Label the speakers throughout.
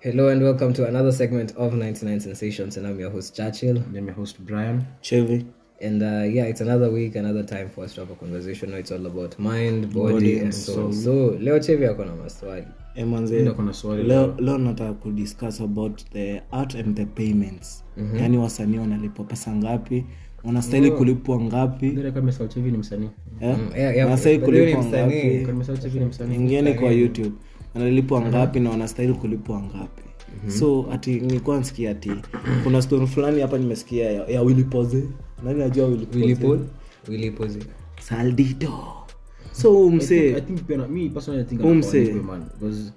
Speaker 1: Hello and welcome to another segment of 99 Sensations, and I'm your host Churchill.
Speaker 2: And I'm your host Brian.
Speaker 3: Chevy.
Speaker 1: And uh, yeah, it's another week, another time for us to have a conversation where it's all about mind, body,
Speaker 2: Body
Speaker 1: and
Speaker 2: and
Speaker 1: soul. So leo Chevy ako na maswali.
Speaker 3: Eh, manze,
Speaker 2: Ndio kuna swali
Speaker 3: leo, leo nataka kudiscuss about the art and the payments
Speaker 2: Mhm.
Speaker 3: mm-hmm. yaani wasanii wanalipwa pesa ngapi wanastahili kulipwa ngapi
Speaker 2: Dada kama Sauti hivi ni msanii.
Speaker 3: eh?
Speaker 1: Mm, yeah, yeah,
Speaker 3: wanastahili
Speaker 1: but huyu ni
Speaker 3: kulipwa
Speaker 1: msanii.
Speaker 3: ngapi
Speaker 2: Kama Sauti hivi ni msanii.
Speaker 3: ingine kwa youtube wanalipwa ngapi na wanastahili kulipwa ngapi
Speaker 2: Mhm.
Speaker 3: so ati nilikuwa nsikia ati kuna story fulani hapa nimesikia ya, ya Willy Pose. nani najua Willy Pose?
Speaker 1: Wilipol? Wilipozi.
Speaker 3: saldito so
Speaker 2: I
Speaker 3: msee
Speaker 2: think pia na me personally I think
Speaker 3: Huyu
Speaker 2: I'm
Speaker 3: msee.
Speaker 2: a man because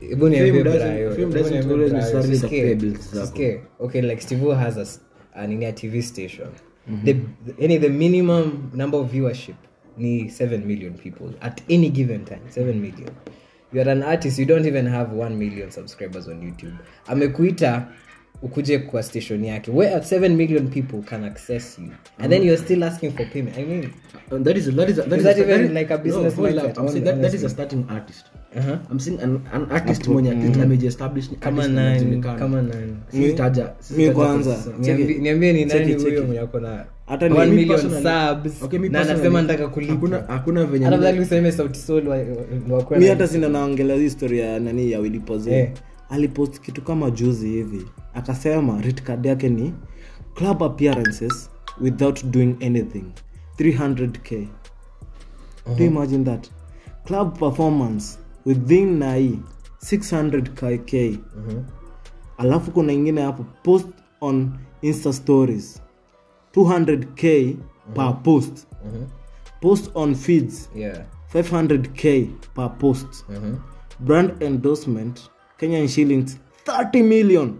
Speaker 1: Hebu niambie
Speaker 2: doesn't-
Speaker 1: Brayo,
Speaker 2: fame
Speaker 1: hebu
Speaker 2: doesn't
Speaker 1: niambie
Speaker 2: always
Speaker 1: Brayo.
Speaker 2: necessarily
Speaker 1: Usisikie,
Speaker 2: supply bills zako.
Speaker 1: usisikie. Okay, like Steve has a s- a nini, a TV station. The, the- any the minimum number of viewership ni 7 million people at any given time, 7 million. You are an artist, you don't even have 1 million subscribers on YouTube. Amekuita ukuje kwa station yake where 7 million people can access you and then you're still asking for payment. I mean,
Speaker 2: And Uh, that is that is that
Speaker 1: Is
Speaker 2: is
Speaker 1: that
Speaker 2: a-
Speaker 1: even
Speaker 2: is-
Speaker 1: like a
Speaker 2: no,
Speaker 1: business
Speaker 2: hold up.
Speaker 1: mindset,
Speaker 2: I'm saying that that is
Speaker 1: honestly?
Speaker 2: a starting artist.
Speaker 1: uh-huh.
Speaker 2: I'm saying an, an artist mwenye at least amejiestablish ni
Speaker 1: Kama
Speaker 2: artist
Speaker 1: nani,
Speaker 2: anajulikana.
Speaker 1: kama nani.
Speaker 2: Si taja- si
Speaker 3: mi
Speaker 2: taja
Speaker 3: kwanza
Speaker 2: kwa sasa.
Speaker 3: Cheki.
Speaker 1: Niambi- niambie ni
Speaker 3: Cheki,
Speaker 1: nani huyo
Speaker 3: cheki.
Speaker 1: mwenye ako na
Speaker 3: Hata ni-
Speaker 1: 1
Speaker 2: Mi
Speaker 1: million
Speaker 2: personally-
Speaker 1: subs
Speaker 2: okay, mi
Speaker 1: na anasema
Speaker 2: personally,
Speaker 1: nataka kulipa
Speaker 2: hakuna hakuna venye
Speaker 1: Hata
Speaker 2: nime-
Speaker 1: afadhali useme sauti sol wa- wakuwe
Speaker 3: mi
Speaker 1: na-
Speaker 3: hata sina naongelea hii story ya nani ya wilipoze
Speaker 1: Eh.
Speaker 3: alipost kitu kama juzi hivi akasema red card yake ni club appearances without doing anything 300k do you imagine that club performance within nai 600k alafu kuna ingine hapo post on insta stories 200k per post post on feeds
Speaker 1: Yeah.
Speaker 3: 500k per post
Speaker 2: Mm-hmm.
Speaker 1: Mhm.
Speaker 3: brand endorsement kenyan shillings 30 million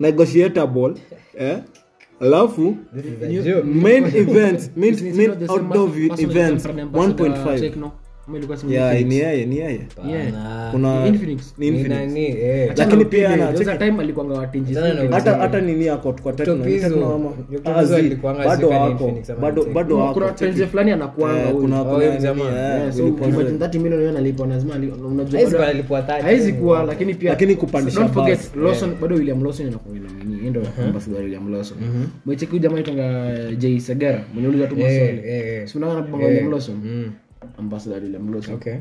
Speaker 3: negotiable eh? alafu
Speaker 1: This is a joke.
Speaker 3: main events main,
Speaker 2: Is it
Speaker 3: main
Speaker 2: not the same
Speaker 3: outdoor
Speaker 2: person- person
Speaker 3: events
Speaker 2: like brand ambassador wa
Speaker 3: 1.5
Speaker 2: Techno? Ama ilikuwa si
Speaker 3: yeah
Speaker 2: Infinix? Uh,
Speaker 3: ni yeye ni yeye
Speaker 1: Pana.
Speaker 3: kuna
Speaker 2: Infinix.
Speaker 3: ni
Speaker 1: Ni
Speaker 3: Infinix.
Speaker 1: nani, eh.
Speaker 2: Achana
Speaker 3: Lakini
Speaker 2: na
Speaker 3: pia
Speaker 2: Pide,
Speaker 3: na-
Speaker 2: there was a time alikuanga wa tinges
Speaker 1: Achana na
Speaker 2: Infinix.
Speaker 3: hata hata nini yako kwa Techno, ni
Speaker 1: Topizo.
Speaker 3: Techno ama-
Speaker 1: Topizo
Speaker 3: Ah, zi,
Speaker 1: alikuanga
Speaker 3: bado
Speaker 1: zikani
Speaker 3: wako
Speaker 1: Infinix ama
Speaker 3: bado
Speaker 1: Techno.
Speaker 3: bado wako
Speaker 2: kuna tenje fulani anakuanga
Speaker 3: Eh,
Speaker 2: huyu.
Speaker 3: kuna
Speaker 1: Oh, huyu
Speaker 3: kuna
Speaker 1: jamaa.
Speaker 3: nini, eh,
Speaker 2: Yeah, so
Speaker 3: Willy Pose.
Speaker 2: imagine 30 million yeye analipwa, lazima ali- unajua-
Speaker 1: Haezi kuwa analipwa 30.
Speaker 2: haezi kuwa lakini pia
Speaker 3: Lakini kupandisha
Speaker 2: Don't forget,
Speaker 3: basi.
Speaker 2: Lawson bado William Lawson anakuwa na nini yeye ndio
Speaker 1: Uh-huh.
Speaker 2: ambassador William Lawson Mwecheki huyu jamaa anaitwa Jay Segara mwenye uliza tu
Speaker 1: Mm-hmm. Eh,
Speaker 2: maswali
Speaker 1: eh, eh.
Speaker 2: si unaona anabonga William Lawson
Speaker 1: Mm.
Speaker 2: ambassador William Lawson
Speaker 1: Okay.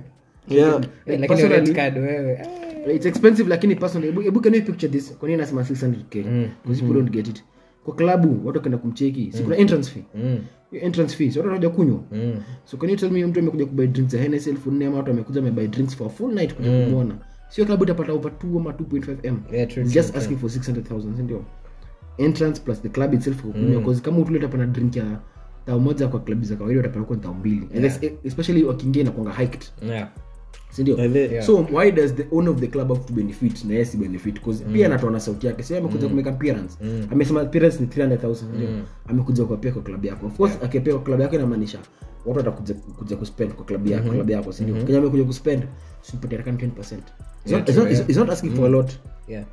Speaker 3: Yeah.
Speaker 1: Eh, lakini
Speaker 2: Personally-
Speaker 1: red card wewe. Ah.
Speaker 2: Eh, it's expensive lakini personally hebu- hebu can you picture this kwa nini nasema 600k
Speaker 1: Mm.
Speaker 2: because people don't get it kwa klabu watu wakaenda kumcheki si kuna entrance fee
Speaker 1: Mm.
Speaker 2: Hiyo entrance fees watu wanakuja kunywa
Speaker 1: Mm.
Speaker 2: so can you tell me mtu amekuja kubuy drinks ya Hennessy elfu nne ama watu wamekuja wamebuy drinks for a full night kuja kumwona sio klabu itapata over 2 ama 2.5 m
Speaker 1: Mm. Yeah, true,
Speaker 2: It's just asking for 600000 si ndio entrance plus the club itself kwa
Speaker 1: Mm.
Speaker 2: kunywa cause kama utuleta pana drink ya tao moja kwa klabu za kawaida utapata kwa tao mbili And es- especially wakiingia na kuanga hiked
Speaker 1: Yeah.
Speaker 2: sindio
Speaker 3: By the-
Speaker 2: so why does the owner of the club have to benefit na yeye si benefit cause pia anatoa na sauti yake sio amekuja kumeka appearance amesema appearance ni 300000 sindio amekuja kwa pia kwa club yako of course akipea kwa club yako inamaanisha watu watakuja kuja kuspend kwa club yako club yako sindio kenya amekuja kuspend sipate rakam 10% It's not- it's not- it's- it's not asking for a lot
Speaker 1: Yeah.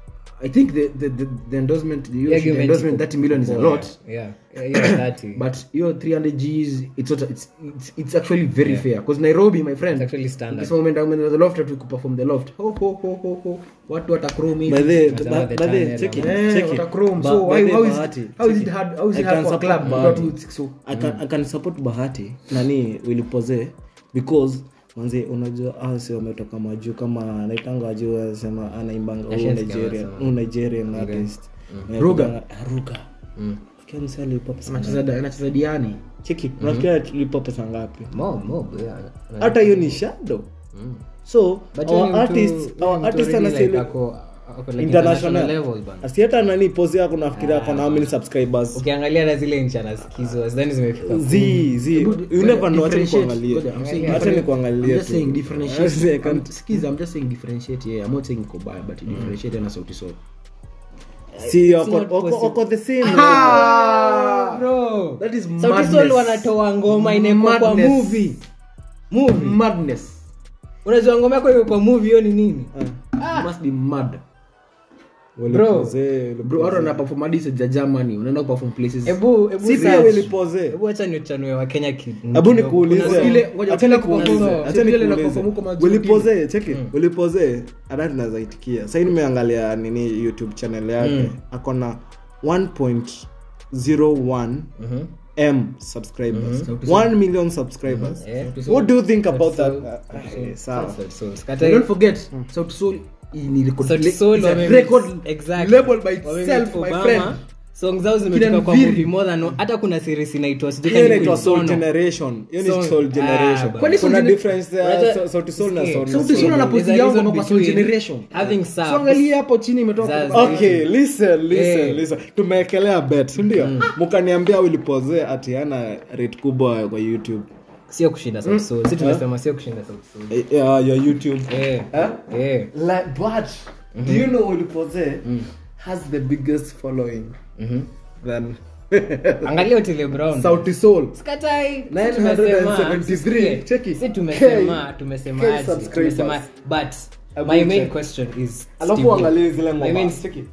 Speaker 2: i think the the the, the endorsement the,
Speaker 1: Yeah, give
Speaker 2: the
Speaker 1: me
Speaker 2: endorsement
Speaker 1: two.
Speaker 2: 30 million is a lot
Speaker 1: Yeah. Yeah, yeah, 30.
Speaker 2: but hiyo 300 gs it's, not, it's, it's, it's actually very fair cause nairobi my friend
Speaker 1: It's actually standard.
Speaker 2: This moment I'm in the loft to perform the loft. Ho ho ho ho ho. Watu watachrome
Speaker 3: By
Speaker 2: hivi.
Speaker 3: the-
Speaker 1: But
Speaker 3: ba-
Speaker 1: the
Speaker 3: by the-
Speaker 1: channel,
Speaker 3: check it,
Speaker 2: eh,
Speaker 3: check it.
Speaker 2: watachrome.
Speaker 3: Ba-
Speaker 2: So
Speaker 3: by
Speaker 2: why-
Speaker 3: the
Speaker 2: how is-
Speaker 3: Bahati,
Speaker 2: how is
Speaker 3: check
Speaker 2: it hard- how is it
Speaker 3: I
Speaker 2: hard
Speaker 3: can
Speaker 2: for
Speaker 3: support
Speaker 2: club
Speaker 3: Bahati.
Speaker 2: to do so? mm.
Speaker 3: I can- I can support bahati nani wilipozee because manzi unajua asi wametoka majuu kama naitanga juu anasema anaimbanga huyu
Speaker 1: Ashanti
Speaker 3: Nigerian-
Speaker 1: kama
Speaker 3: huyu nigerian artist Eh,
Speaker 2: Mm. Ruga. Mm.
Speaker 3: kuna- ruga Fikia msee alipwa pesa ngapi?
Speaker 2: Anacheza da- anacheza diani.
Speaker 3: cheki
Speaker 2: Mm-hmm.
Speaker 3: unafikiria alipwa pesa ngapi
Speaker 2: Mm.
Speaker 1: Mob, mob, yeah.
Speaker 3: hata hiyo ni shadow so
Speaker 1: But yeye ni
Speaker 3: our
Speaker 1: mtu-
Speaker 3: artists
Speaker 1: yeye ni
Speaker 3: our
Speaker 1: mtu
Speaker 3: artists
Speaker 1: already like
Speaker 3: anastahili-
Speaker 1: ako- ako like international level
Speaker 3: international
Speaker 1: bana.
Speaker 3: asi hata nani pozi yako nafikiria
Speaker 2: Ah,
Speaker 3: ako na how many subscribers
Speaker 1: ukiangalia na zile nchi anasikizwa sidhani zimefika
Speaker 3: Zii, zii. You never know, acha
Speaker 2: Differentiate.
Speaker 3: nikuangalie.
Speaker 2: Ngoja, I'm saying
Speaker 3: Acha
Speaker 2: different-
Speaker 3: nikuangalie
Speaker 2: I'm just
Speaker 3: tu.
Speaker 2: saying differentiate.
Speaker 3: I say I
Speaker 2: I'm-
Speaker 3: can't-
Speaker 2: sikiza, I'm just saying differentiate, yeah. I'm not saying iko baya,
Speaker 3: Mm.
Speaker 2: but differentiate na sauti sol.
Speaker 3: See, wako- wako- wako the same level.
Speaker 2: Ah!
Speaker 3: Ah,
Speaker 1: Bro,
Speaker 2: That is
Speaker 1: Sauti Sol
Speaker 2: madness.
Speaker 1: wanatoa ngoma inaekwa kwa
Speaker 2: Madness.
Speaker 1: movie movie
Speaker 2: Madness.
Speaker 1: unajua ngoma yako iwe kwa movie hiyo ni nini
Speaker 3: Ah.
Speaker 2: You must be mad.
Speaker 3: Walipozee,
Speaker 2: bro watu wanaperform hadi za germany wanaenda kuperform places
Speaker 1: Ebu- ebu
Speaker 3: Si pia
Speaker 1: search.
Speaker 3: walipozee.
Speaker 1: Hebu acha nichanue wa Kenya kid-
Speaker 3: Hebu
Speaker 1: kidogo.
Speaker 3: nikuulize.
Speaker 1: Kuna
Speaker 2: ile- ngoja,
Speaker 3: Acha
Speaker 2: acha
Speaker 3: nikuulize.
Speaker 1: nikuulize.
Speaker 3: Acha
Speaker 2: Sio vile
Speaker 3: nikuulize.
Speaker 2: nakufahamu kama juu
Speaker 3: Walipozee, cheki
Speaker 1: Mm.
Speaker 3: walipozee hata tunaweza itikia sahii nimeangalia nini youtube channel yake
Speaker 1: Mm.
Speaker 3: ako na 1.01
Speaker 1: Mhm.
Speaker 3: m subscribers 1 million subscribers
Speaker 1: Yeah.
Speaker 3: what do you think about that Ah, eh, sawa
Speaker 1: Sauti Sol.
Speaker 2: And
Speaker 1: Sikatai-
Speaker 2: don't forget sauti sol ni record
Speaker 1: Sauti
Speaker 2: le-
Speaker 1: Sol
Speaker 2: is a
Speaker 1: Mm. wame-
Speaker 2: record
Speaker 1: exactly.
Speaker 2: label by
Speaker 1: Wame-
Speaker 2: itself my
Speaker 1: Obama.
Speaker 2: friend
Speaker 1: Song zao zimetoka kwa movie
Speaker 2: Kinanviri.
Speaker 1: more than hata kuna series inaitwa sijui
Speaker 3: hiyo
Speaker 1: kama
Speaker 3: inaitwa
Speaker 1: ni Sono.
Speaker 3: soul generation hiyo ni
Speaker 1: Soul.
Speaker 3: soul
Speaker 1: Ah,
Speaker 3: generation
Speaker 1: bro.
Speaker 2: Kwani soul
Speaker 3: kuna
Speaker 2: gener-
Speaker 3: difference there
Speaker 1: Unajua-
Speaker 3: so- sauti soul na
Speaker 1: Sikie.
Speaker 3: soul
Speaker 2: Sauti Sol
Speaker 3: soul.
Speaker 2: ana
Speaker 1: There's a
Speaker 2: post yangu
Speaker 1: reason
Speaker 2: kwa kwa soul
Speaker 1: between
Speaker 2: generation.
Speaker 1: having
Speaker 2: So
Speaker 1: subs.
Speaker 2: angalia hapo chini imetoka
Speaker 1: Zazi.
Speaker 2: kwa-
Speaker 3: okay listen listen
Speaker 1: Eh. Mm.
Speaker 3: listen tumeekelea bet sindio mkaniambia wilipozee ati ana rate kubwa kwa youtube
Speaker 1: sio kushinda
Speaker 3: Hmm?
Speaker 1: Sauti Sol. Sisi tumesema sio kushinda Sauti Sol.
Speaker 3: Eh, ya ya youtube
Speaker 1: Eh. Mm-hmm.
Speaker 3: Huh?
Speaker 1: Eh.
Speaker 3: like but do you know wilipozee
Speaker 1: Mm.
Speaker 3: has the biggest following
Speaker 1: Mm-hmm.
Speaker 3: than
Speaker 1: Angalia Otile Brown.
Speaker 3: sauti soul
Speaker 1: Sikatai. Si
Speaker 3: 973.
Speaker 1: tumesema, tusikie.
Speaker 3: Cheki.
Speaker 1: Si tumesema,
Speaker 3: K.
Speaker 1: tumesema
Speaker 3: K
Speaker 1: aje,
Speaker 3: subscribers.
Speaker 1: tumesema- but
Speaker 3: Abu
Speaker 1: my main
Speaker 3: check.
Speaker 1: question is
Speaker 3: alafu
Speaker 1: Stevie.
Speaker 3: uangalie zile
Speaker 1: My main-
Speaker 3: ngoma Cheki.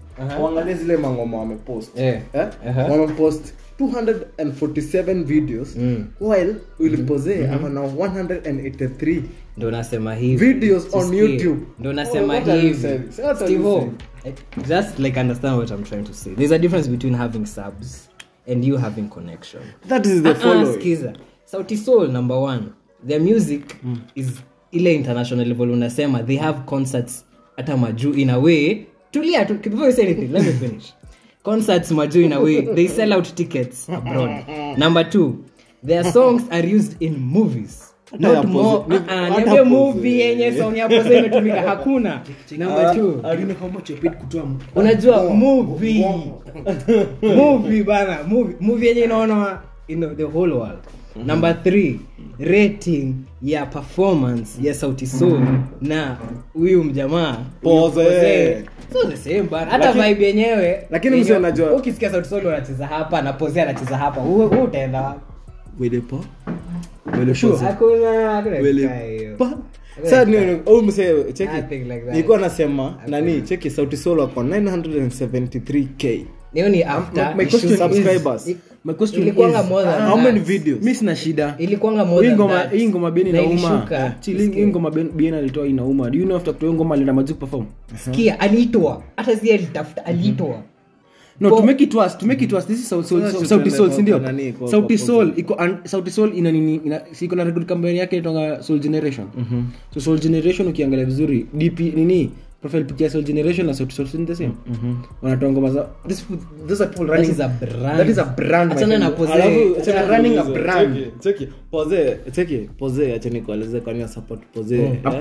Speaker 3: uangalie zile mangoma wamepost
Speaker 1: Uh-huh. Eh.
Speaker 3: Eh?
Speaker 1: Aha.
Speaker 3: wamepost 247 videos
Speaker 1: Mm.
Speaker 3: while
Speaker 1: Mm-hmm.
Speaker 3: wilipozee mm. na 183
Speaker 1: ndo nasema hivi
Speaker 3: Videos on
Speaker 1: Tusikie.
Speaker 3: YouTube.
Speaker 1: ndo
Speaker 3: Oh,
Speaker 1: nasema
Speaker 3: what are you
Speaker 1: hivi
Speaker 3: saying? What are you
Speaker 1: Stevo,
Speaker 3: saying?
Speaker 1: I- just like understand what i'm trying to say there's a difference between having subs and you having connection
Speaker 3: that is the
Speaker 2: Uh-uh.
Speaker 1: Ah, ah,
Speaker 3: following
Speaker 1: skiza sauti soul number one their music
Speaker 3: Hmm.
Speaker 1: is ile international level unasema they have concerts hata majuu in a way tulia tu, before you say anything let me finish concerts majuu in a way they sell out tickets abroad number two their songs are used in movies
Speaker 3: Hata ya
Speaker 1: not
Speaker 3: pose-
Speaker 1: more
Speaker 3: ni-
Speaker 1: ah, ah,
Speaker 3: hata
Speaker 1: niambie
Speaker 3: pose.
Speaker 1: movie yenye song ya pose imetumika hakuna
Speaker 3: Ah,
Speaker 1: number two
Speaker 2: I don't know how much you paid kutoa mtu.
Speaker 1: unajua movie movie bana movie movie yenye inaona you know, the whole world number three rating ya performance ya sauti sol na huyu mjamaa huyu
Speaker 3: Poze.
Speaker 1: Poze. So the same bana hata
Speaker 3: Lakini-
Speaker 1: vibe yenyewe
Speaker 3: lakini
Speaker 1: yenye-
Speaker 3: mzee anajua-
Speaker 1: ukisikia sauti sol anacheza hapa na poze anacheza hapa huu huu utaenda wapi?
Speaker 3: wilipo
Speaker 1: Sure. hakuna hakuna kitu hiyo.
Speaker 2: oh,
Speaker 1: Nothing like that.
Speaker 3: nilikuwa nasema nani cheki sauti solo ako 973k
Speaker 1: Hiyo ni after
Speaker 2: My- my
Speaker 1: issues-
Speaker 2: question is-
Speaker 3: subscribers.
Speaker 1: i-
Speaker 2: my question
Speaker 1: ilikuwanga
Speaker 2: is-
Speaker 1: more than
Speaker 3: how many
Speaker 1: that.
Speaker 3: videos
Speaker 2: mi sina shida
Speaker 1: ilikuwanga more
Speaker 2: hii
Speaker 1: than
Speaker 2: ngoma
Speaker 1: that.
Speaker 2: hii ngoma Bien
Speaker 1: Na
Speaker 2: inauma
Speaker 1: ilishuka.
Speaker 2: Chill, hii- hii Oh, ngoma Bien- Bien alitoa inauma do you know after kutoa hii ngoma alienda majiku perform
Speaker 1: sikia aliitwa hata si
Speaker 3: Mhm.
Speaker 1: alitafuta aliitwa
Speaker 2: no
Speaker 1: Kwa-
Speaker 2: to make it worse to make it worse this is Sauti Sol-
Speaker 3: Sasa
Speaker 2: Sauti
Speaker 3: tutaenda
Speaker 2: Sol
Speaker 3: kwa-
Speaker 2: si ndio
Speaker 3: kwa nani, kwa-
Speaker 2: Sauti
Speaker 3: kwa-
Speaker 2: Sol iko an- Sauti Sol ina nini ina si iko na record company yake inaitwa Soul Generation
Speaker 1: Mhm.
Speaker 2: so Soul Generation ukiangalia vizuri DP nini profile picture ya Soul Generation na Sauti Sol si the same wanatoa ngoma za this those are people running
Speaker 1: Mhm. is a brand.
Speaker 2: that is a brand my
Speaker 1: Achana
Speaker 2: friend.
Speaker 1: na pose.
Speaker 2: Alafu,
Speaker 1: Achana
Speaker 2: they're running a brand I'm-
Speaker 3: Eh?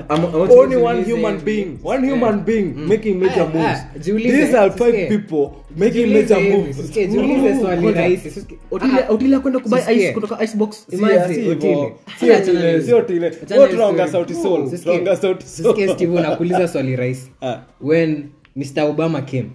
Speaker 2: I'm- I want to
Speaker 3: Mm. only
Speaker 2: listen
Speaker 3: one
Speaker 2: music.
Speaker 3: human being one human being making major
Speaker 1: Ah,
Speaker 3: moves
Speaker 1: ah, jiulize,
Speaker 3: these are five
Speaker 1: usisikie.
Speaker 3: people making
Speaker 1: Jiulize
Speaker 3: major
Speaker 1: hivi,
Speaker 3: moves Mm.
Speaker 1: usisikie, jiulize swali
Speaker 2: Ngoja.
Speaker 1: rahisi, usisikie.
Speaker 2: Otile-
Speaker 1: Ah,
Speaker 2: Otile kwenda kubuy
Speaker 1: Sisikie.
Speaker 2: ice kutoka icebox
Speaker 3: Si-
Speaker 1: Imagine,
Speaker 3: si hivyo.
Speaker 1: Otile.
Speaker 3: Sio
Speaker 1: Achana
Speaker 3: Otile,
Speaker 1: na
Speaker 3: sio
Speaker 1: hizo.
Speaker 3: Otile.
Speaker 1: Achana
Speaker 3: Wewe
Speaker 1: na
Speaker 3: tunaongea
Speaker 1: hizo.
Speaker 3: Sauti Sol,
Speaker 1: Sisikie.
Speaker 3: tunaongea Sauti Sol.
Speaker 1: Sisikie, Steve, nakuuliza swali rahisi
Speaker 3: Ah.
Speaker 1: when mr obama came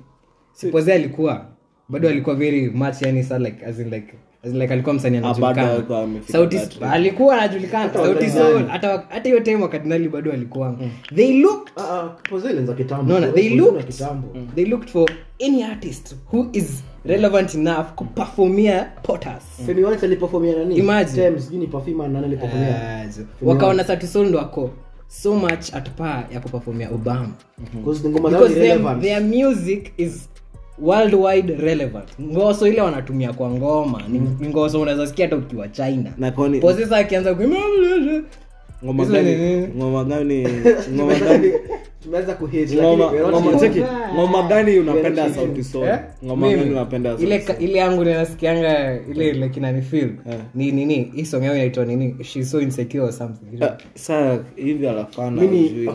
Speaker 1: sipoze alikuwa bado alikuwa very much yani sa like as in like as in like alikuwa msanii
Speaker 3: Ah, bado
Speaker 1: anajulikana
Speaker 3: alikuwa amefika
Speaker 1: sauti
Speaker 3: that
Speaker 1: alikuwa anajulikana sauti sol hata wa- hata hiyo time wakadinali bado alikuwa
Speaker 3: Mm.
Speaker 1: they looked no, no, they looked
Speaker 3: Mm.
Speaker 1: they looked for any artist who is relevant enough kuperformia potas Imagine. Eh. Azo. wakaona satisol ndo ako so much at par ya kupafomia obama because their, their music is worldwide relevant ngoso ile wanatumia kwa ngoma ni, ni ngoso unaweza sikia hata ukiwa china
Speaker 3: Mm. Na kwani-
Speaker 1: posesa akianza kuimba,
Speaker 3: ngoma
Speaker 1: Hizo
Speaker 3: gani
Speaker 1: ni-
Speaker 3: ngoma gani ngoma gani ngoma ngoma cheki ngoma gani unapenda ya sauti sol ngoma
Speaker 1: Mimi,
Speaker 3: gani unapenda ya
Speaker 1: ile
Speaker 3: sauti
Speaker 1: ka- ile yangu ninasikianga ile like inanifeel
Speaker 3: Eh.
Speaker 1: ni nini hii song yao inaitwa nini she's so insecure or something
Speaker 3: Sol? Ah, saa hivi alafana hujui.
Speaker 1: Ndio,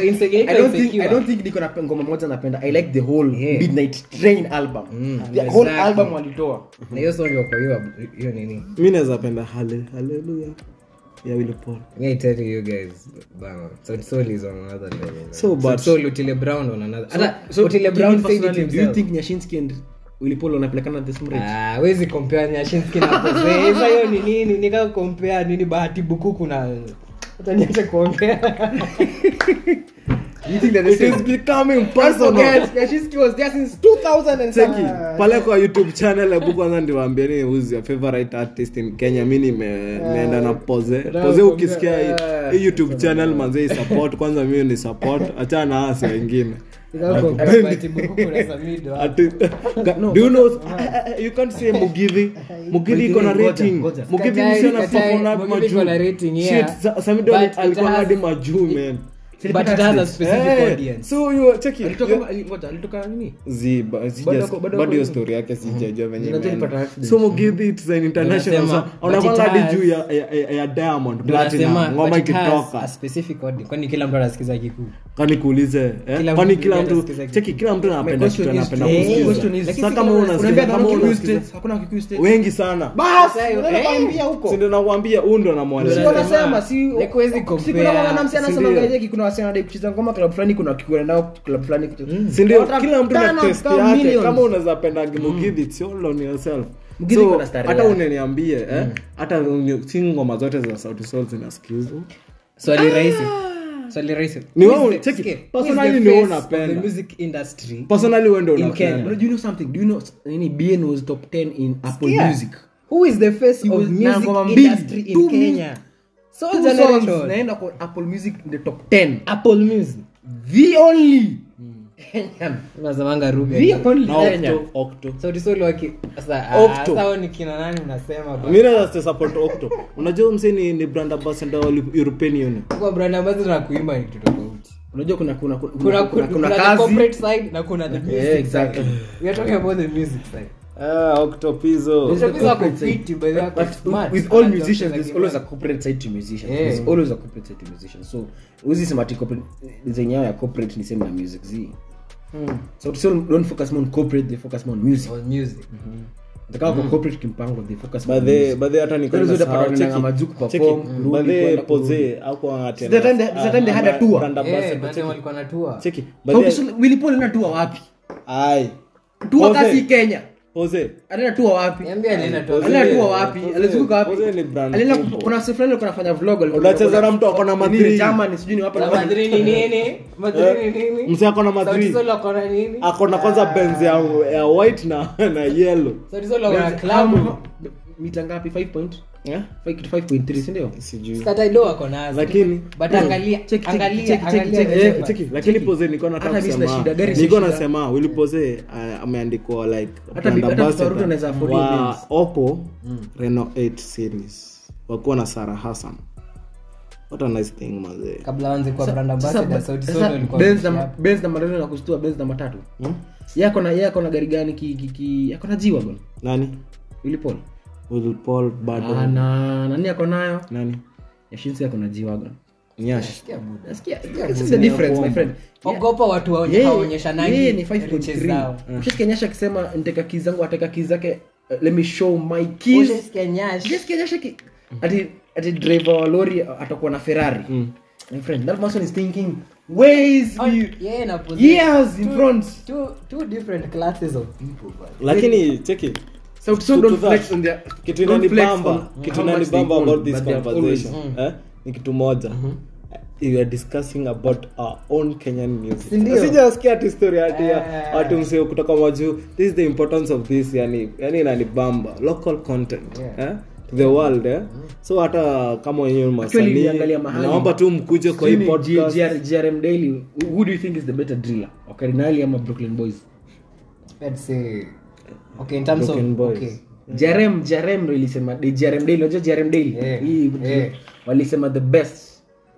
Speaker 1: inse- inaitwa insecure.
Speaker 2: ngoma moja napenda i like the whole
Speaker 3: Eh.
Speaker 1: Yeah.
Speaker 2: midnight train album
Speaker 3: Mm.
Speaker 2: the whole
Speaker 1: exactly.
Speaker 2: album walitoa
Speaker 1: na hiyo song wako hiyo hiyo nini
Speaker 3: mi naweza penda hale haleluya ya wilipol
Speaker 1: Me, I tell you guys, bana, Sauti Sol is on another level. man.
Speaker 3: So, but-
Speaker 1: Sauti Sol, Otile Brown on another. Hata
Speaker 2: so
Speaker 1: Otile
Speaker 2: to
Speaker 1: Brown
Speaker 2: me
Speaker 1: said it
Speaker 2: personally, do you
Speaker 1: himself.
Speaker 2: think nyashinsky and wilipol wanapelekana at the same rate
Speaker 1: Ah, wezi compare Nyashinski na Pose. Sasa hiyo ni nini? Nika compare nini Bahati Bukuku na hata niache kuongea.
Speaker 2: You think they're the
Speaker 3: it
Speaker 2: same?
Speaker 3: is becoming
Speaker 1: Don't
Speaker 3: personal
Speaker 1: forget, Yashinsky was there since 2000 and
Speaker 3: Cheki,
Speaker 1: some-
Speaker 3: pale kwa youtube channel hebu kwanza ndiwaambie ni who's your favorite artist in kenya mi
Speaker 1: Ah.
Speaker 3: nime- nimeenda na poze
Speaker 1: Nataka
Speaker 3: poze
Speaker 1: kuongea,
Speaker 3: ukisikia hii-
Speaker 1: eh,
Speaker 3: hii youtube channel manze support kwanza mimi ni support achana na hasi wengine
Speaker 1: Bahati Bukuku na Samido.
Speaker 3: Ati- Ga- do you know eh, eh, you can't say mugithi mugithi iko na
Speaker 2: Ngoja,
Speaker 3: rating
Speaker 2: ngoja.
Speaker 3: mugithi
Speaker 1: Katai,
Speaker 3: msio na
Speaker 1: katai,
Speaker 3: perform na
Speaker 1: Mugithi iko na
Speaker 3: majuu
Speaker 1: rating, yeah.
Speaker 3: shit Sa- Samido
Speaker 1: But it
Speaker 3: alikuwa
Speaker 1: has-
Speaker 3: hadi majuu man
Speaker 1: But it has a specific
Speaker 3: Eh,
Speaker 1: audience.
Speaker 3: so you cheki
Speaker 2: Alitoka kama- ali- ngoja, alitoka nini?
Speaker 3: Ziba- sija-
Speaker 2: Bado ako- bado ako
Speaker 3: bado hiyo
Speaker 2: hivyo.
Speaker 3: story yake
Speaker 1: Mhm.
Speaker 3: sijajua venye
Speaker 2: Unajua
Speaker 3: imeenda.
Speaker 2: nilipata accident.
Speaker 3: so Mugithi, it's an international
Speaker 1: Unasema,
Speaker 3: song.
Speaker 1: but
Speaker 3: Unapanga
Speaker 1: it
Speaker 3: hadi
Speaker 1: has-
Speaker 3: juu ya- ya- ya- ya diamond
Speaker 1: Ndio nasema,
Speaker 3: platinum ngoma
Speaker 1: but it has a
Speaker 3: ikitoka
Speaker 1: specific audience. kwani kila mtu anasikiza kikuu
Speaker 3: kani kuulize eh?
Speaker 1: Kila
Speaker 3: kwani
Speaker 1: mtu
Speaker 3: kila mtu
Speaker 1: anasikiza kitu.
Speaker 3: cheki kila mtu anapenda kitu
Speaker 2: Question is
Speaker 3: anapenda
Speaker 2: true.
Speaker 1: kusikiza.
Speaker 2: Question is-
Speaker 3: kusikiza Sasa
Speaker 2: Lakini
Speaker 3: kama
Speaker 2: si-
Speaker 3: unasikiza,
Speaker 2: unaambia
Speaker 3: kama
Speaker 2: hakuna Kikuyu
Speaker 3: unasikiza.
Speaker 2: States, hakuna Kikuyu States.
Speaker 3: wengi sana
Speaker 2: Basi,
Speaker 1: Sasa hiyo,
Speaker 2: unaweza
Speaker 1: eh.
Speaker 2: kuambia huko.
Speaker 3: sindo nakwambia huu ndo namwalea.
Speaker 2: Sio wanasema, si-
Speaker 1: Like, huwezi
Speaker 2: si
Speaker 1: compare.
Speaker 2: kuna mwanamsi anasema,
Speaker 3: Sindio?
Speaker 2: "Guys, hiki kuna wasichana wanadai kucheza ngoma club fulani, kuna Kikuyu nao club fulani kucheza."
Speaker 3: sindio
Speaker 2: Wata-
Speaker 3: Mm. kila mtu na
Speaker 2: tano
Speaker 3: test
Speaker 2: kama
Speaker 3: yake
Speaker 2: millions.
Speaker 3: kama unaweza penda mugithi it's all on yourself
Speaker 2: Mugithi
Speaker 3: So,
Speaker 2: iko na style
Speaker 3: hata
Speaker 2: yake.
Speaker 3: uneniambie eh, hata uni- si ngoma zote za sauti sol zinasikizwa
Speaker 1: swali rahisi swali rahisi
Speaker 3: Ni
Speaker 1: Who is
Speaker 3: wewe,
Speaker 1: the-
Speaker 3: cheki.
Speaker 1: okay, who is
Speaker 3: Personally
Speaker 1: the
Speaker 3: ni wewe
Speaker 1: face of
Speaker 3: unapenda.
Speaker 1: the music industry
Speaker 3: personally wendo
Speaker 1: In Kenya.
Speaker 2: No, do you know something? Do you know s- nini? BN was top 10 in Apple
Speaker 1: Yeah.
Speaker 2: Music.
Speaker 1: who is the face
Speaker 2: He
Speaker 1: of
Speaker 2: was- na
Speaker 1: music
Speaker 2: ngoma mbili.
Speaker 1: industry in
Speaker 2: Two
Speaker 1: kenya
Speaker 2: Two
Speaker 1: soul
Speaker 2: songs
Speaker 1: generation
Speaker 2: naenda kwa Apple Music in the top 10.
Speaker 1: apple music
Speaker 2: The only Kenyan.
Speaker 1: unasemanga
Speaker 2: The only Kenyan.
Speaker 3: Octo.
Speaker 1: rubeni ah, kina nani unasema bro?
Speaker 3: mi naweza still support octo unajua mse ni, ni brand ambassador wa european union
Speaker 1: kwa brand ambazo tunakuimba ni kitu tofauti
Speaker 2: Unajua kuna kuna kuna
Speaker 1: kuna
Speaker 2: kuna,
Speaker 1: kuna
Speaker 2: kuna
Speaker 1: the
Speaker 2: kazi.
Speaker 1: corporate side na kuna the music
Speaker 2: Yeah, exactly.
Speaker 1: side. we are talking about the music side
Speaker 3: ah, octo pizo
Speaker 2: There's a
Speaker 1: Wachapinzi wako
Speaker 2: corporate side.
Speaker 1: fiti, by the way, wako
Speaker 2: But
Speaker 1: smart.
Speaker 2: with all
Speaker 1: Wanajua
Speaker 2: musicians
Speaker 1: kucheza
Speaker 2: there's
Speaker 1: game.
Speaker 2: always a corporate side to musicians.
Speaker 1: Yeah.
Speaker 2: There's always a corporate side to musicians. So uzi sema ati corporate zenye ya corporate ni same na music zi.
Speaker 1: Hmm.
Speaker 2: So so don't focus more on corporate, they focus more on music.
Speaker 1: on music
Speaker 2: Ndakao
Speaker 1: Hmm.
Speaker 2: kwa corporate kimpango they focus more on music.
Speaker 3: badhe hata
Speaker 2: Those who dapata Yaani wanaenda Majuku perform, kurudi,
Speaker 3: badhe
Speaker 2: kwenda
Speaker 3: poze akuangatia
Speaker 2: It's the time they- it's the time
Speaker 3: Ah,
Speaker 2: they had a tour.
Speaker 1: Eh, brand walikuwa na tour.
Speaker 3: cheki
Speaker 2: How
Speaker 3: badhe
Speaker 2: to- Willy Paul anatua wapi?
Speaker 3: ai
Speaker 2: Tua
Speaker 3: Jose.
Speaker 2: kasi Kenya.
Speaker 3: poze
Speaker 2: Anatua wapi?
Speaker 1: Niambie alienda tour.
Speaker 3: Jose.
Speaker 2: Alienda tua wapi?
Speaker 3: Jose.
Speaker 2: Alizunguka wapi?
Speaker 3: Jose ni brand
Speaker 2: Alienda
Speaker 3: kubwa.
Speaker 2: kuna sehemu fulani alikuwa anafanya vlog alikuwa
Speaker 3: Unacheza na mtu ako na
Speaker 2: Nini,
Speaker 3: Madrid.
Speaker 2: Germany, sijui ni wapi
Speaker 1: Na
Speaker 2: alikuwa-
Speaker 1: Madrid ni nini? Madrid ni nini?
Speaker 3: mse Eh, ako na
Speaker 1: Sauti
Speaker 3: madrid
Speaker 1: Sol wako na nini?
Speaker 2: Ah.
Speaker 3: ako na kwanza benz ya, ya white na, na yellow
Speaker 1: Sauti Sol wako na
Speaker 2: Benzema,
Speaker 1: klabu.
Speaker 2: mita ngapi 5 point
Speaker 3: Eh?
Speaker 2: 5.3 si ndio
Speaker 3: sijui
Speaker 1: Skataido wako nazo.
Speaker 3: Lakini-
Speaker 1: But angalia-
Speaker 2: eh, Cheki, cheki,
Speaker 1: angalia-
Speaker 2: cheki, cheki,
Speaker 1: angalia
Speaker 2: Eh, cheki,
Speaker 1: Jeva.
Speaker 3: cheki lakini poze niko nataka
Speaker 2: Hata mimi sina
Speaker 3: kusema
Speaker 2: shida, gari sina
Speaker 3: niko
Speaker 2: shida.
Speaker 3: nasema Willy poze uh, ameandikwa like
Speaker 2: Hata
Speaker 3: brand
Speaker 2: bi- hata
Speaker 3: ambassador
Speaker 2: Subaru anaweza afford Mm. hiyo
Speaker 3: wa
Speaker 2: Benz.
Speaker 3: Oppo Reno 8 series wakuwa na Sarah Hassan what a nice thing mazee
Speaker 1: Kabla waanze kuwa brand
Speaker 2: Sasa,
Speaker 1: ambassador,
Speaker 2: but-
Speaker 1: Sauti Sol
Speaker 2: sasa,
Speaker 1: walikuwa
Speaker 2: Benz na-
Speaker 1: wameishia.
Speaker 2: Benz na matatu na kustua Benz na matatu
Speaker 3: hmm?
Speaker 2: yako na yako na gari gani ki ki- ki yako na jiwa bwana
Speaker 3: nani
Speaker 2: Wilipol
Speaker 3: Will Paul bado
Speaker 2: Ah, na nani yako nayo
Speaker 3: nani
Speaker 2: Yashinski yako na jiwa bwana
Speaker 3: Nyash
Speaker 1: Sikia buda.
Speaker 2: nasikia this is the difference my friend
Speaker 1: ogopa watu waone-
Speaker 2: Yeye-
Speaker 1: hawaonyesha nani Mm.
Speaker 2: yeye ni
Speaker 1: riches zao.
Speaker 2: 5.3 Ushasikia Nyasha akisema nitaka keys zangu ataka keys zake uh, let me show my keys
Speaker 1: Ushasikia nyash.
Speaker 2: Ushasikia Nyasha ki- ati ati driver wa lori uh, atakuwa na Ferrari
Speaker 3: Mm.
Speaker 2: my friend that person is thinking ways
Speaker 1: Oh,
Speaker 2: we
Speaker 1: yeye na poze-
Speaker 2: years in
Speaker 1: two-
Speaker 2: front
Speaker 1: two- two different classes of people, bwana.
Speaker 3: lakini cheki
Speaker 2: so so
Speaker 3: to
Speaker 2: don't
Speaker 3: that,
Speaker 2: flex on their
Speaker 3: kitu
Speaker 2: don't flex
Speaker 3: inanibamba
Speaker 2: on
Speaker 3: kitu
Speaker 2: how much they
Speaker 3: inanibamba
Speaker 2: own,
Speaker 3: about this
Speaker 2: but they are Mm. Mm-hmm. always-
Speaker 3: conversation eh, ni kitu moja we are discussing about our own kenyan music
Speaker 1: Sindio?
Speaker 3: sijasikia ati story ati ya
Speaker 1: Eh.
Speaker 3: watu msio kutoka majuu this is the importance of this yani yani inanibamba local content eh, to the world eh. so hata kama wenyewe ni
Speaker 2: Mm-hmm. Actually,
Speaker 3: wasanii,
Speaker 2: niliangalia mahali.
Speaker 3: naomba tu mkuje kwa hii
Speaker 2: Sijui ni G-
Speaker 3: podcast
Speaker 2: GR GRM daily who do you think is the better driller Ocarinali ama Brooklyn Boys
Speaker 1: Let's say- okay, in terms of-
Speaker 3: Broken boys.
Speaker 1: okay.
Speaker 2: Jerem Jerem ilisema Jerem Daily unajua Jerem Daily
Speaker 1: Yeah,
Speaker 2: hii
Speaker 1: yeah.
Speaker 2: walisema the best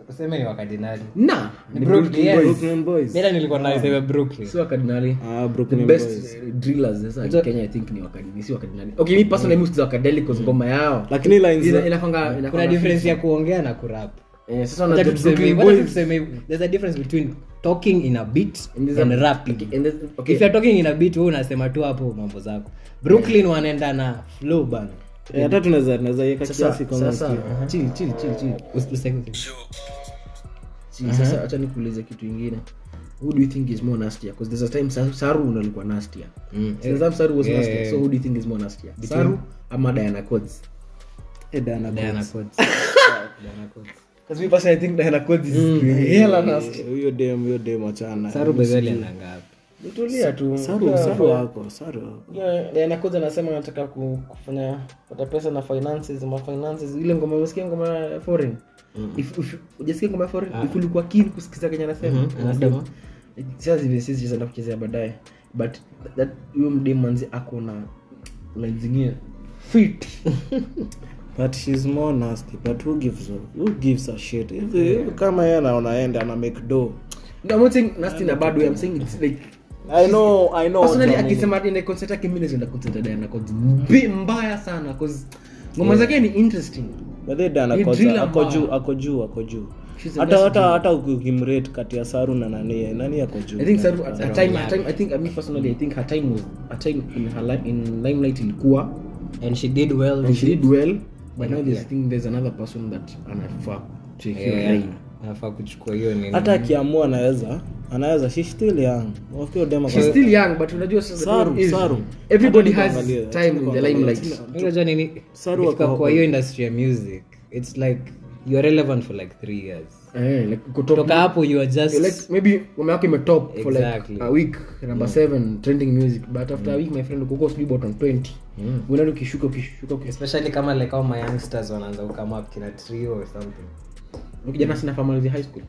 Speaker 1: Useme ni wakardinali.
Speaker 2: na
Speaker 1: Ni Brooklyn, yes.
Speaker 3: Brooklyn Boys.
Speaker 1: Mimi nilikuwa na sema Brooklyn.
Speaker 2: si wakardinali
Speaker 3: Ah,
Speaker 2: the
Speaker 3: Brooklyn
Speaker 2: best
Speaker 3: Boys.
Speaker 2: uh, drillers sasa in Kenya I think ni wakardinali si wakardinali okay mi personally mimi sikiza wakardinali kwa ngoma yao
Speaker 3: lakini lines
Speaker 2: Ina- inafanga
Speaker 1: kuna
Speaker 2: inafanga
Speaker 1: difference ya kuongea na kurap
Speaker 2: eh, sasa unajua Brooklyn Boys
Speaker 1: there's a difference between talking in a beat
Speaker 2: And there's
Speaker 1: and,
Speaker 2: a-
Speaker 1: rapping
Speaker 2: okay, and there's- okay.
Speaker 1: if you're talking in a beat wewe unasema tu hapo mambo zako brooklyn wanaenda na flow bana
Speaker 3: eh, hata tunaweza tunaweza yeka
Speaker 2: sasa
Speaker 3: kiasi kama
Speaker 2: sasa chill chill chill chill
Speaker 1: Us- usi-
Speaker 2: chill sasa acha nikuulize kitu ingine who do you think is more nastier because there's a time Sa- saru ndo alikuwa nastier mm. saru was nastier so who do you think is more nastier saru ama Diana Coats
Speaker 3: Eh, Diana
Speaker 1: Diana
Speaker 3: Cox.
Speaker 1: Coates. Diana Coates. Because me personally, I think Diana Code
Speaker 3: Mm.
Speaker 1: is doing hell on us.
Speaker 3: Eh, huyo dem huyo dem achana Mm.
Speaker 1: Saru Bezali anaanga hapa.
Speaker 4: nitulia tu
Speaker 3: saru
Speaker 4: Yeah.
Speaker 3: saru wako saru wako.
Speaker 4: Yeah, Diana Koza anasema anataka ku- kufanya kupata pesa na finances ma finances ile ngoma umesikia ngoma ya foreign If- if- hujasikia ngoma ya foreign if ulikuwa keen kusikiza kenye anasema anasema sasa hivi sisi tunaenda kuchezea baadaye but that huyo mdemanzi ako na unazingia fit
Speaker 3: but she's more nasty but who gives a, who gives a shit If the- kama yeye anaona enda ana make do
Speaker 2: No, I'm not saying nasty na bad way. I'm saying it's like
Speaker 3: i know i know what
Speaker 2: personally
Speaker 3: you mean.
Speaker 2: akisema ati concert yake mimi naenda concert ya Diana Code mbi- mbaya sana cause ngoma zake ni interesting.
Speaker 3: But then Dan
Speaker 2: Ni
Speaker 3: ako-
Speaker 2: drill
Speaker 3: ako
Speaker 2: ambayo-
Speaker 3: juu ako juu ako juu
Speaker 2: She's the
Speaker 3: hata
Speaker 2: best
Speaker 3: hata hata ukimrate kati ya saru na nani nani ako juu
Speaker 2: I think Saru at, at time, at time I think I mean personally I think her time was her time in her life in limelight ilikuwa
Speaker 1: And she did well.
Speaker 2: and she did well but now there's I think there's another person that anafaa to
Speaker 1: Yeah.
Speaker 2: yeah. line.
Speaker 1: Anafaa kuchukua hiyo nini.
Speaker 3: hata akiamua anaweza anaweza she still young wafikiri dema
Speaker 2: She's still young but unajua sasa
Speaker 3: Saru,
Speaker 2: is-
Speaker 3: Saru.
Speaker 2: everybody
Speaker 3: Acha
Speaker 2: has
Speaker 3: nikuangalie, acha
Speaker 2: time in the
Speaker 3: nikuangalie,
Speaker 2: limelight.
Speaker 3: acha ni-
Speaker 1: Unajua nini?
Speaker 3: Saru
Speaker 1: Ikifika
Speaker 3: ako-
Speaker 1: kwa hiyo industry ya music, it's like you are relevant for like three years.
Speaker 2: Eh, like kutoka
Speaker 1: Kutoka hapo you are just
Speaker 2: like maybe ngoma yako imetop for
Speaker 1: Exactly.
Speaker 2: like a week number seven trending music but after a week my friend uko huko sijui bottom 20 unaenda ukishuka ukishuka ukishuka.
Speaker 1: especially kama like how my youngsters wanaanza kukama up kina trio or something.
Speaker 2: kijana sina famalizi high school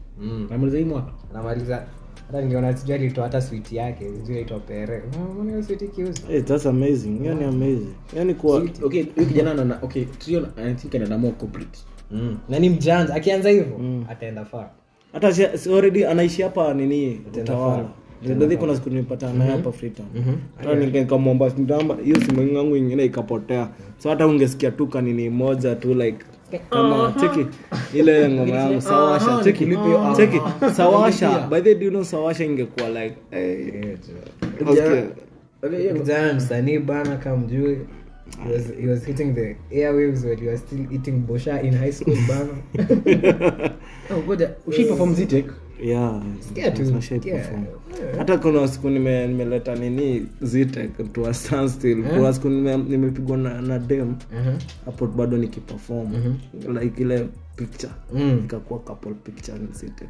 Speaker 2: famalizi hii Mm. mwaka
Speaker 1: Anamaliza hata ningeona sijui alitoa hata switi yake, sijui alitoa pere. Mm, Mbona hiyo switi kiusa?
Speaker 3: Eh, that's amazing hiyo ni amazing yaani kuwa
Speaker 2: okay huyu kijana ana okay trio i think ana more corporate
Speaker 1: Mm. na ni mjanja akianza hivyo
Speaker 2: Mm.
Speaker 1: ataenda far
Speaker 3: hata she- si already anaishi hapa nini utawala ndadhi kuna siku nimepata naye hapa freetown hata ninge- nikamwomba nitaomba hiyo simu yangu ingine ikapotea so hata ungesikia tu kanini moja tu like kama cheki ile ngoma yangu sawasha cheki cheki sawasha by the way, do you know sawasha ingekuwa like eh, okay.
Speaker 1: kijana msanii bana kamjue He was, he was hitting the airwaves while you were still eating bosha in high school bana
Speaker 2: oh ngoja ushi perform zitek
Speaker 3: Yeah,
Speaker 1: Sikia tu,
Speaker 3: that's my shape
Speaker 1: sikia.
Speaker 3: perform. hata kuna siku nime- nimeleta nini zitek to a standstill
Speaker 2: Eh?
Speaker 3: kuna siku nime- nimepigwa na, na dem
Speaker 2: Uh-huh.
Speaker 3: hapo bado nikiperform like ile picture
Speaker 2: Mm.
Speaker 3: ikakuwa couple picture ni zitek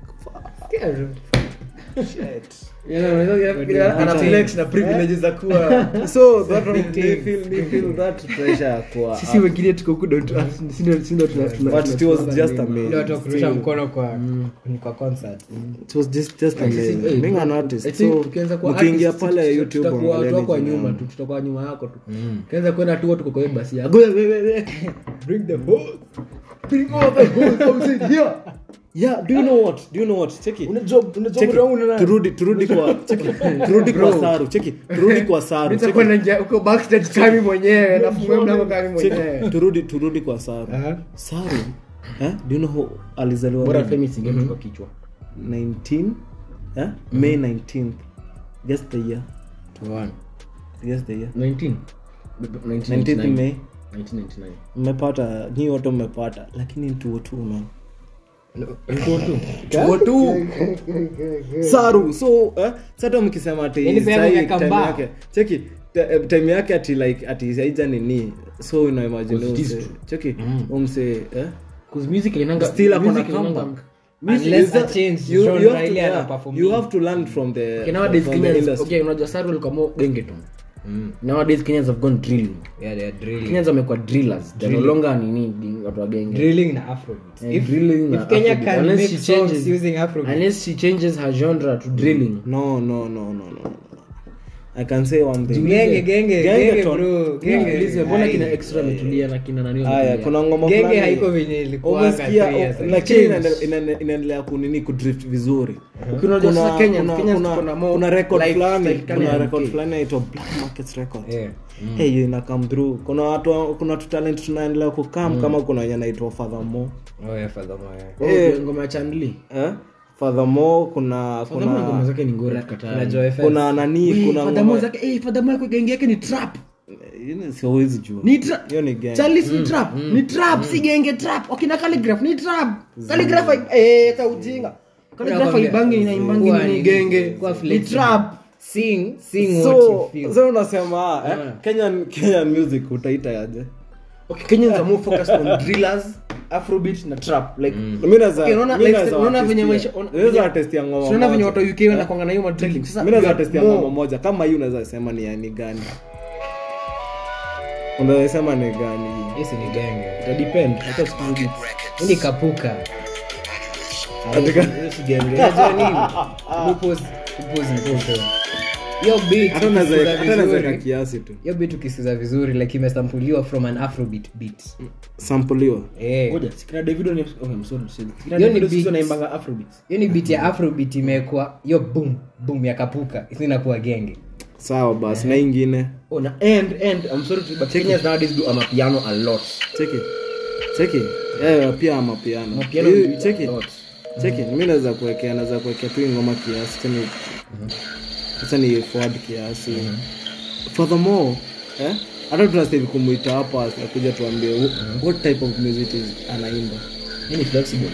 Speaker 2: ana flex na privileges za kuwa
Speaker 3: so that one, they feel, they feel that pressure ya kuwa
Speaker 2: sisi wengine tuko huko don't us sio sio tuna tuna
Speaker 3: but it was just
Speaker 1: Ndio
Speaker 3: amazing
Speaker 1: watu wa kurusha mkono
Speaker 2: Mm.
Speaker 1: kwa Mm, kwa concert Mm.
Speaker 3: it was just just amazing being an
Speaker 2: I
Speaker 3: artist
Speaker 2: think
Speaker 3: so
Speaker 2: tukianza kuwa
Speaker 3: ukiingia
Speaker 2: artist,
Speaker 3: pale
Speaker 2: tuta-
Speaker 3: youtube
Speaker 2: tutakuwa watu
Speaker 3: angalia
Speaker 2: wako wa
Speaker 3: ni
Speaker 2: nyuma
Speaker 3: jinani.
Speaker 2: tu tutakuwa nyuma yako tu ukianza kwenda tu tuko kwa hiyo basi yako Wewe, wewe, wewe. bring the hose. bring all the hose. Come sit here
Speaker 3: yeah do you know what do you know what cheki Cheki,
Speaker 2: Unajua
Speaker 3: turudi turudi kwa cheki turudi kwa saru cheki turudi kwa saru cheki,
Speaker 2: utakuwa na njia uko backstage kami mwenyewe na fungue mlango kami mwenyewe
Speaker 3: cheki turudi turudi kwa saru
Speaker 1: Aha.
Speaker 3: saru eh do you know how alizaliwa
Speaker 2: Uh-huh. bora
Speaker 3: lini?
Speaker 2: famous game kwa kichwa
Speaker 3: 19 eh
Speaker 2: Mm-hmm.
Speaker 3: may 19th just the year just the year
Speaker 2: 19
Speaker 3: 19th may
Speaker 2: 1999
Speaker 3: mmepata nyi wote mmepata lakini ntuo tu man
Speaker 2: Tuko tu
Speaker 3: saru so eh, sata mkisema ati
Speaker 1: Yaani sasa
Speaker 3: sahi
Speaker 1: ameweka
Speaker 3: time
Speaker 1: mbao.
Speaker 3: yake cheki te- eh, time yake ati like ati haija nini so unaimagine
Speaker 2: Cause it is
Speaker 3: umse-
Speaker 2: true.
Speaker 3: cheki
Speaker 1: Mm.
Speaker 3: umse eh
Speaker 2: cuz music inanga
Speaker 3: still ako na
Speaker 2: music inanga-
Speaker 3: comeback
Speaker 1: Unless
Speaker 3: Music is
Speaker 1: I
Speaker 3: a-
Speaker 1: change
Speaker 3: you- you
Speaker 1: genre
Speaker 3: have to-
Speaker 1: ile ana
Speaker 3: yeah,
Speaker 1: perform.
Speaker 3: you have to learn from the
Speaker 2: Okay, nowadays
Speaker 3: from the
Speaker 2: Kenyans,
Speaker 3: industry.
Speaker 2: okay, unajua sasa walikuwa more gengeton. Mm. Nowadays Kenyans have gone drilling.
Speaker 1: yeah they are drilling
Speaker 2: Kenyans wamekuwa drillers. They're no longer nini di- watu wa genge.
Speaker 1: drilling na afrobeat
Speaker 2: Eh,
Speaker 1: if,
Speaker 2: drilling
Speaker 1: if
Speaker 2: na
Speaker 1: Kenya
Speaker 2: Afrobeat.
Speaker 1: can
Speaker 2: Unless
Speaker 1: make
Speaker 2: she
Speaker 1: songs
Speaker 2: changes-
Speaker 1: using afrobeat
Speaker 2: Unless she changes her genre to drilling.
Speaker 3: no no no no no no. i can say one thing
Speaker 1: genge genge genge
Speaker 3: ton-
Speaker 1: bro
Speaker 2: Nisikilize,
Speaker 1: genge
Speaker 2: mbona kina extra ametulia na kina nani
Speaker 3: haya
Speaker 2: wametulia?
Speaker 3: kuna ngoma
Speaker 1: Genge
Speaker 3: fulani-
Speaker 1: haiko venye ilikuwanga
Speaker 3: Umesikia,
Speaker 1: three
Speaker 3: oh,
Speaker 1: years ago.
Speaker 3: lakini
Speaker 2: Change.
Speaker 3: inaende- inaende- inaendelea kunini kudrift vizuri
Speaker 2: Kuna unajua sasa Kenyans, Kenyans tuko na more
Speaker 3: kuna record
Speaker 2: lifestyle
Speaker 3: fulani
Speaker 2: Kenyans.
Speaker 3: kuna record fulani inaitwa black market record
Speaker 1: Yeah.
Speaker 3: Eh, hiyo ina come through kuna watu kuna tu talent tunaendelea kukam kama kuna wenye anaitwa furthermore
Speaker 1: oh yeah fadhama yeah
Speaker 2: Oh,
Speaker 3: Eh.
Speaker 2: ngoma ya Chandli.
Speaker 3: eh furthermore kuna
Speaker 2: Fadhamu ngoma
Speaker 3: kuna
Speaker 2: zake ni ngori tukataa.
Speaker 1: unajua FX
Speaker 3: kuna nani kuna
Speaker 2: Fadhamu
Speaker 3: ngoma-
Speaker 2: zake- eh, Fadhamu yako genge yake ni trap.
Speaker 3: Hiyo siwezi jua
Speaker 2: Ni tra-
Speaker 3: hiyo ni gang
Speaker 2: Charlie si trap, ni trap, si genge trap. Wakina Calligraph ni trap. Calligraph hai- eh, ta ujinga. Calligraph
Speaker 1: Nakwambia,
Speaker 2: haibangi, inaibangi
Speaker 1: kuwa
Speaker 2: ni
Speaker 1: ni-
Speaker 2: genge.
Speaker 1: kuwa
Speaker 2: Ni
Speaker 1: flexible.
Speaker 2: trap.
Speaker 1: sing sing what you
Speaker 3: so
Speaker 1: feel
Speaker 3: so unasema eh, kenyan kenyan music utaita aje
Speaker 2: Okay, Kenyans are more focused on drillers
Speaker 4: afrobeat na trap like
Speaker 3: Mi naweza-
Speaker 4: Okay, unaona-
Speaker 3: mi
Speaker 4: like,
Speaker 3: naweza
Speaker 4: unaona
Speaker 3: watestia.
Speaker 4: venye maisha- una-
Speaker 3: Naweza
Speaker 4: venye-
Speaker 3: watestia ngoma
Speaker 4: tunaona venye watu wa
Speaker 3: moja.
Speaker 4: uk wanakwanga na hiyo madrilling. Sasa
Speaker 3: mi naweza
Speaker 4: you are
Speaker 3: testia
Speaker 4: more-
Speaker 3: ngoma moja kama hii unaweza sema ni yani gani unaweza sema ni gani hii?
Speaker 1: Hisi ni genge.
Speaker 4: itadepend.
Speaker 1: Hii ni kapuka.
Speaker 3: Katika-
Speaker 1: Hii si genge. Unajua nini? Lupus- lupus ni kuto. Hiyo beat
Speaker 3: hata unaweza-
Speaker 1: ukisikiza
Speaker 3: hata unaweza weka
Speaker 1: vizuri-
Speaker 3: kiasi tu
Speaker 1: hiyo beat ukisikiza vizuri like imesampuliwa from an afrobeat beat
Speaker 3: sampuliwa
Speaker 1: Eh.
Speaker 4: Ngoja, sikina Davido ni- okay, I'm sorry, sorry. Sikina
Speaker 1: Hiyo ni
Speaker 4: Davido Yaani sisi
Speaker 1: beats.
Speaker 4: wanaimbanga afrobeats.
Speaker 1: hiyo ni beat ya afrobeat imewekwa hiyo boom boom ya kapuka hiyo inakuwa genge
Speaker 3: sawa basi na ingine
Speaker 4: Oh, na and- and, I'm sorry to- but Kenyans nowadays do amapiano a lot.
Speaker 3: cheki cheki eh, pia mapiano
Speaker 4: Amapiano
Speaker 3: Hii,
Speaker 4: do it a
Speaker 3: cheki
Speaker 4: lot.
Speaker 3: cheki mi naweza kuwekea naweza kuwekea tu hii ngoma kiasi tena sasa ni forward kiasi
Speaker 4: Mhm.
Speaker 3: furthermore eh hata tunastahili kumwita hapa akuja tuambie wh- what type of music is anaimba
Speaker 4: Hii Mhm. ni flexible.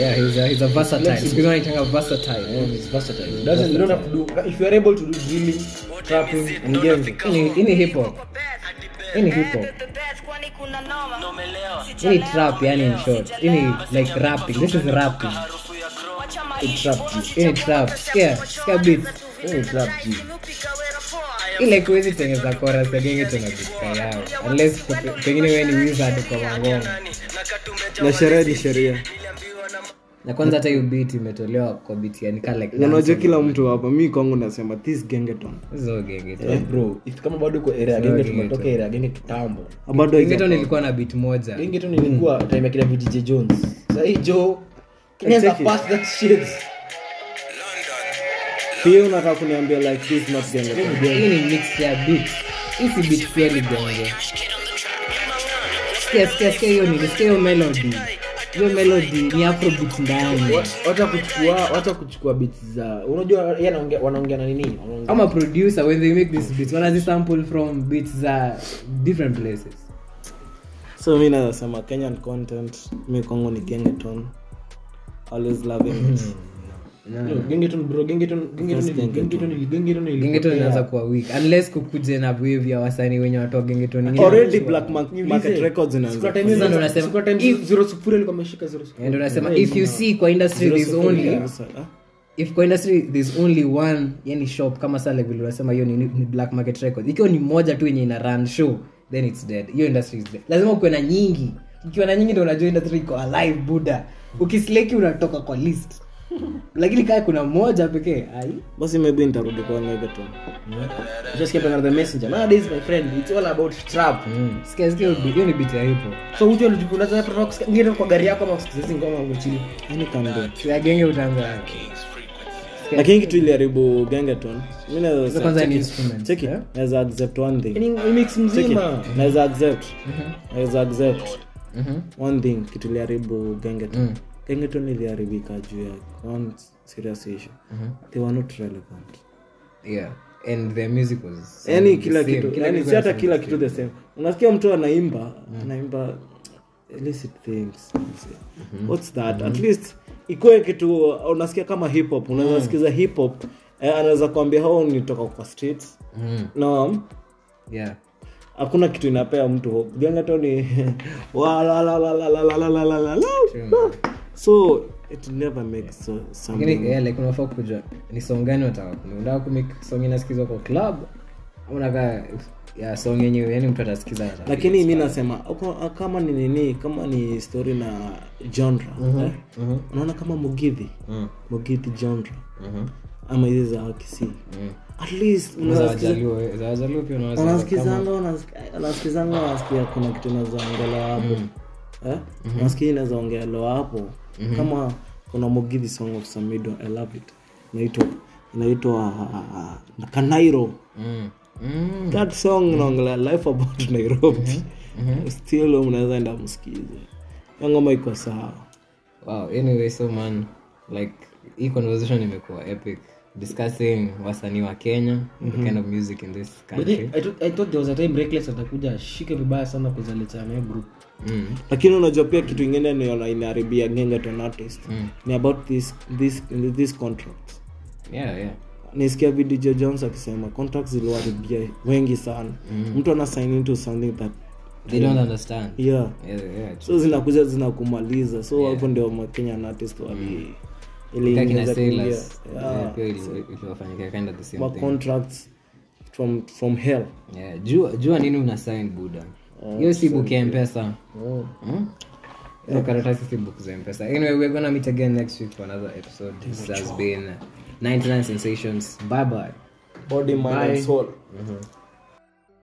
Speaker 1: yeah he's a, he's a versatile siku hizi wanaitanga versatile
Speaker 4: It's versatile. It doesn't- you don't have to do- if you are able to do drilling, trapping, and genge.
Speaker 1: Hii ni- hii ni hip hop hii ni hip hop hii ni trap yani in short hii ni like rapping this is rapping hii ni trap sikia sikia beat
Speaker 4: Hii ni trap G.
Speaker 1: ile kuwezi tengeza chorus ya genge tena beat ka yao unless pe- pengine wewe ni wizard kwa mangoma
Speaker 3: na sherehe ni sheria
Speaker 1: na kwanza hata hiyo beat imetolewa kwa beat yani ka like
Speaker 3: unajua kila mtu hapa mi kwangu nasema this gengeton
Speaker 1: hizo genge tu
Speaker 4: Eh, bro, if kama bado uko area ya genge, tumetoka area ya genge kitambo.
Speaker 3: bado
Speaker 1: Genge tu
Speaker 3: haija-
Speaker 1: nilikuwa na beat moja
Speaker 4: Genge tu nilikuwa time ya kina VJ Jones. Sasa hii Joe, Kenyans
Speaker 3: Exactly.
Speaker 4: are past that shit.
Speaker 3: pia unataka kuniambia like this not gengeton
Speaker 1: hii ni mix ya beat hii si beat kweli gonge sikia sikia sikia hiyo nini sikia hiyo melody hiyo melody ni afrobeat ndani
Speaker 4: Watu wa kuchukua watu wa kuchukua beats za unajua yeye anaongea wanaongea na nini? Wanaongea-
Speaker 1: kama producer when they make this beat wanazi sample from beats za different places
Speaker 3: so mi naweza sema kenyan content mi kwangu ni gengeton always
Speaker 4: Mm.
Speaker 3: loving it
Speaker 4: No, Gengeton bro, Gengeton, Gengeton,
Speaker 3: First
Speaker 4: ili- Gengeton, ili- Gengeton, ili-
Speaker 1: gengeton
Speaker 4: Yeah.
Speaker 1: inaanza kuwa weak unless kukuje na wave ya wasanii wenye watoa gengeton ingine
Speaker 3: already black Mark- market records
Speaker 4: Siku ya
Speaker 3: inaanza
Speaker 4: time
Speaker 1: Sasa ndo
Speaker 4: hizo-
Speaker 1: nasema,
Speaker 4: siku ya time hizo, zero sufuri alikuwa ameshika zero sufuri.
Speaker 1: ndio nasema if you see kwa industry there's only
Speaker 3: ah.
Speaker 1: if kwa industry there's only one yani shop kama sale vile unasema hiyo ni, ni black market records ikiwa ni moja tu yenye ina run show then it's dead hiyo industry is dead lazima ukiwe na nyingi ukiwa na nyingi ndio unajua industry iko alive buda ukisleki unatoka kwa list lakini kaa kuna moja pekee ai
Speaker 3: basi maybe nitarudi kwa negaton
Speaker 4: Just kept another messenger. Nowadays, my friend, it's all about trap.
Speaker 3: Mm.
Speaker 1: sikia sikia hiyo beat- hiyo ni beat ya hip hop
Speaker 4: So, hujui unajua- unaweza hata kusikia- Gengeton kwa gari yako ama usikize hizi ngoma huko chini.
Speaker 3: yani kando
Speaker 1: ya genge utaanza
Speaker 3: lakini kitu iliharibu gengeton mi naweza
Speaker 1: Hizo
Speaker 3: sema-
Speaker 1: kwanza ni
Speaker 3: cheki-
Speaker 1: instruments,
Speaker 3: cheki
Speaker 1: eh?
Speaker 3: naweza accept one thing
Speaker 4: Yaani, ni mix
Speaker 3: Cheki,
Speaker 4: mzima.
Speaker 1: Mhm.
Speaker 3: naweza accept naweza accept one thing kitu iliharibu
Speaker 1: Mm.
Speaker 3: gengeton gengeton iliharibika juu ya one serious issue
Speaker 1: Mhm.
Speaker 3: they were not relevant
Speaker 1: yeah and the music was
Speaker 3: yani Yaani kila
Speaker 1: same. Mm.
Speaker 3: kitu
Speaker 1: Kila
Speaker 3: yani
Speaker 1: kitu
Speaker 3: si hata
Speaker 1: inasema
Speaker 3: kila
Speaker 1: the
Speaker 3: kitu the same unasikia mtu anaimba anaimba illicit things
Speaker 1: Mhm.
Speaker 3: what's that at least ikuwe kitu unasikia kama hip hop unaweza
Speaker 1: Mm.
Speaker 3: sikiza hip hop eh, anaweza kuambia hao nitoka kwa streets
Speaker 1: Mm.
Speaker 3: no
Speaker 1: yeah
Speaker 3: hakuna kitu inapea mtu hope jangato ni walalalalalalalalala. so it never makes so, something
Speaker 1: lakini yeah, like unafaa kujua ni song gani unataka kumake unataka kumake song inasikizwa kwa club ama unataka ya song yenye yani mtu atasikiza hata.
Speaker 3: lakini mi nasema uko- kama ni nini kama ni story na genre eh? unaona kama mugithi mugithi genre ama hizi za wakisi at least
Speaker 1: Za
Speaker 3: unasikiza-
Speaker 1: Wajaluo- za Wajaluo eh, pia unaweza-
Speaker 3: unasikizanga unasik- unasikizanga unasikia kuna kitu inazaongelewa hapo Eh? unasikia inazaongelewa hapo kama kuna mugithi song of samido i love it inaitwa inaitwa uh, kanairo
Speaker 1: Mm. Mm.
Speaker 3: that song inaongelea life about nairobi still unaweza enda msikize Hiyo ngoma iko sawa
Speaker 1: wow anyway so man like hii conversation imekuwa epic discussing wasanii wa kenya
Speaker 3: Mm-hmm.
Speaker 1: the kind of music in this
Speaker 4: But
Speaker 1: country
Speaker 4: then, Yaani, I thought- I thought there was a time Reckless atakuja ashike vibaya sana kuzaletea na hiyo group.
Speaker 1: mm.
Speaker 3: lakini unajua pia kitu ingine niona inaharibia gengeton artist
Speaker 1: Mm.
Speaker 3: ni about this, this, this contract
Speaker 1: yeah yeah
Speaker 3: nisikia
Speaker 1: Mm.
Speaker 3: vdj jones akisema contracts ziliwaribia wengi sana mtu ana sign into something that
Speaker 1: they don't understand
Speaker 3: yeah
Speaker 1: yeah, yeah, true.
Speaker 3: so zinakuja zinakumaliza so hapo ndio makenya artist wali ili
Speaker 1: Kaka kina
Speaker 3: ingeweza kuingia.
Speaker 1: Mm. Sailors,
Speaker 3: Yeah.
Speaker 1: eh, pia ili- iliwafanyika kind of the same
Speaker 3: Ma
Speaker 1: thing.
Speaker 3: contracts from from hell
Speaker 1: Yeah, jua jua nini una sign buda hiyo si book ya mpesa Hmm? hizo karatasi si book za mpesa anyway we're gonna meet again next week for another episode this has been 99 sensations bye bye
Speaker 3: body mind and soul
Speaker 1: mm-hmm.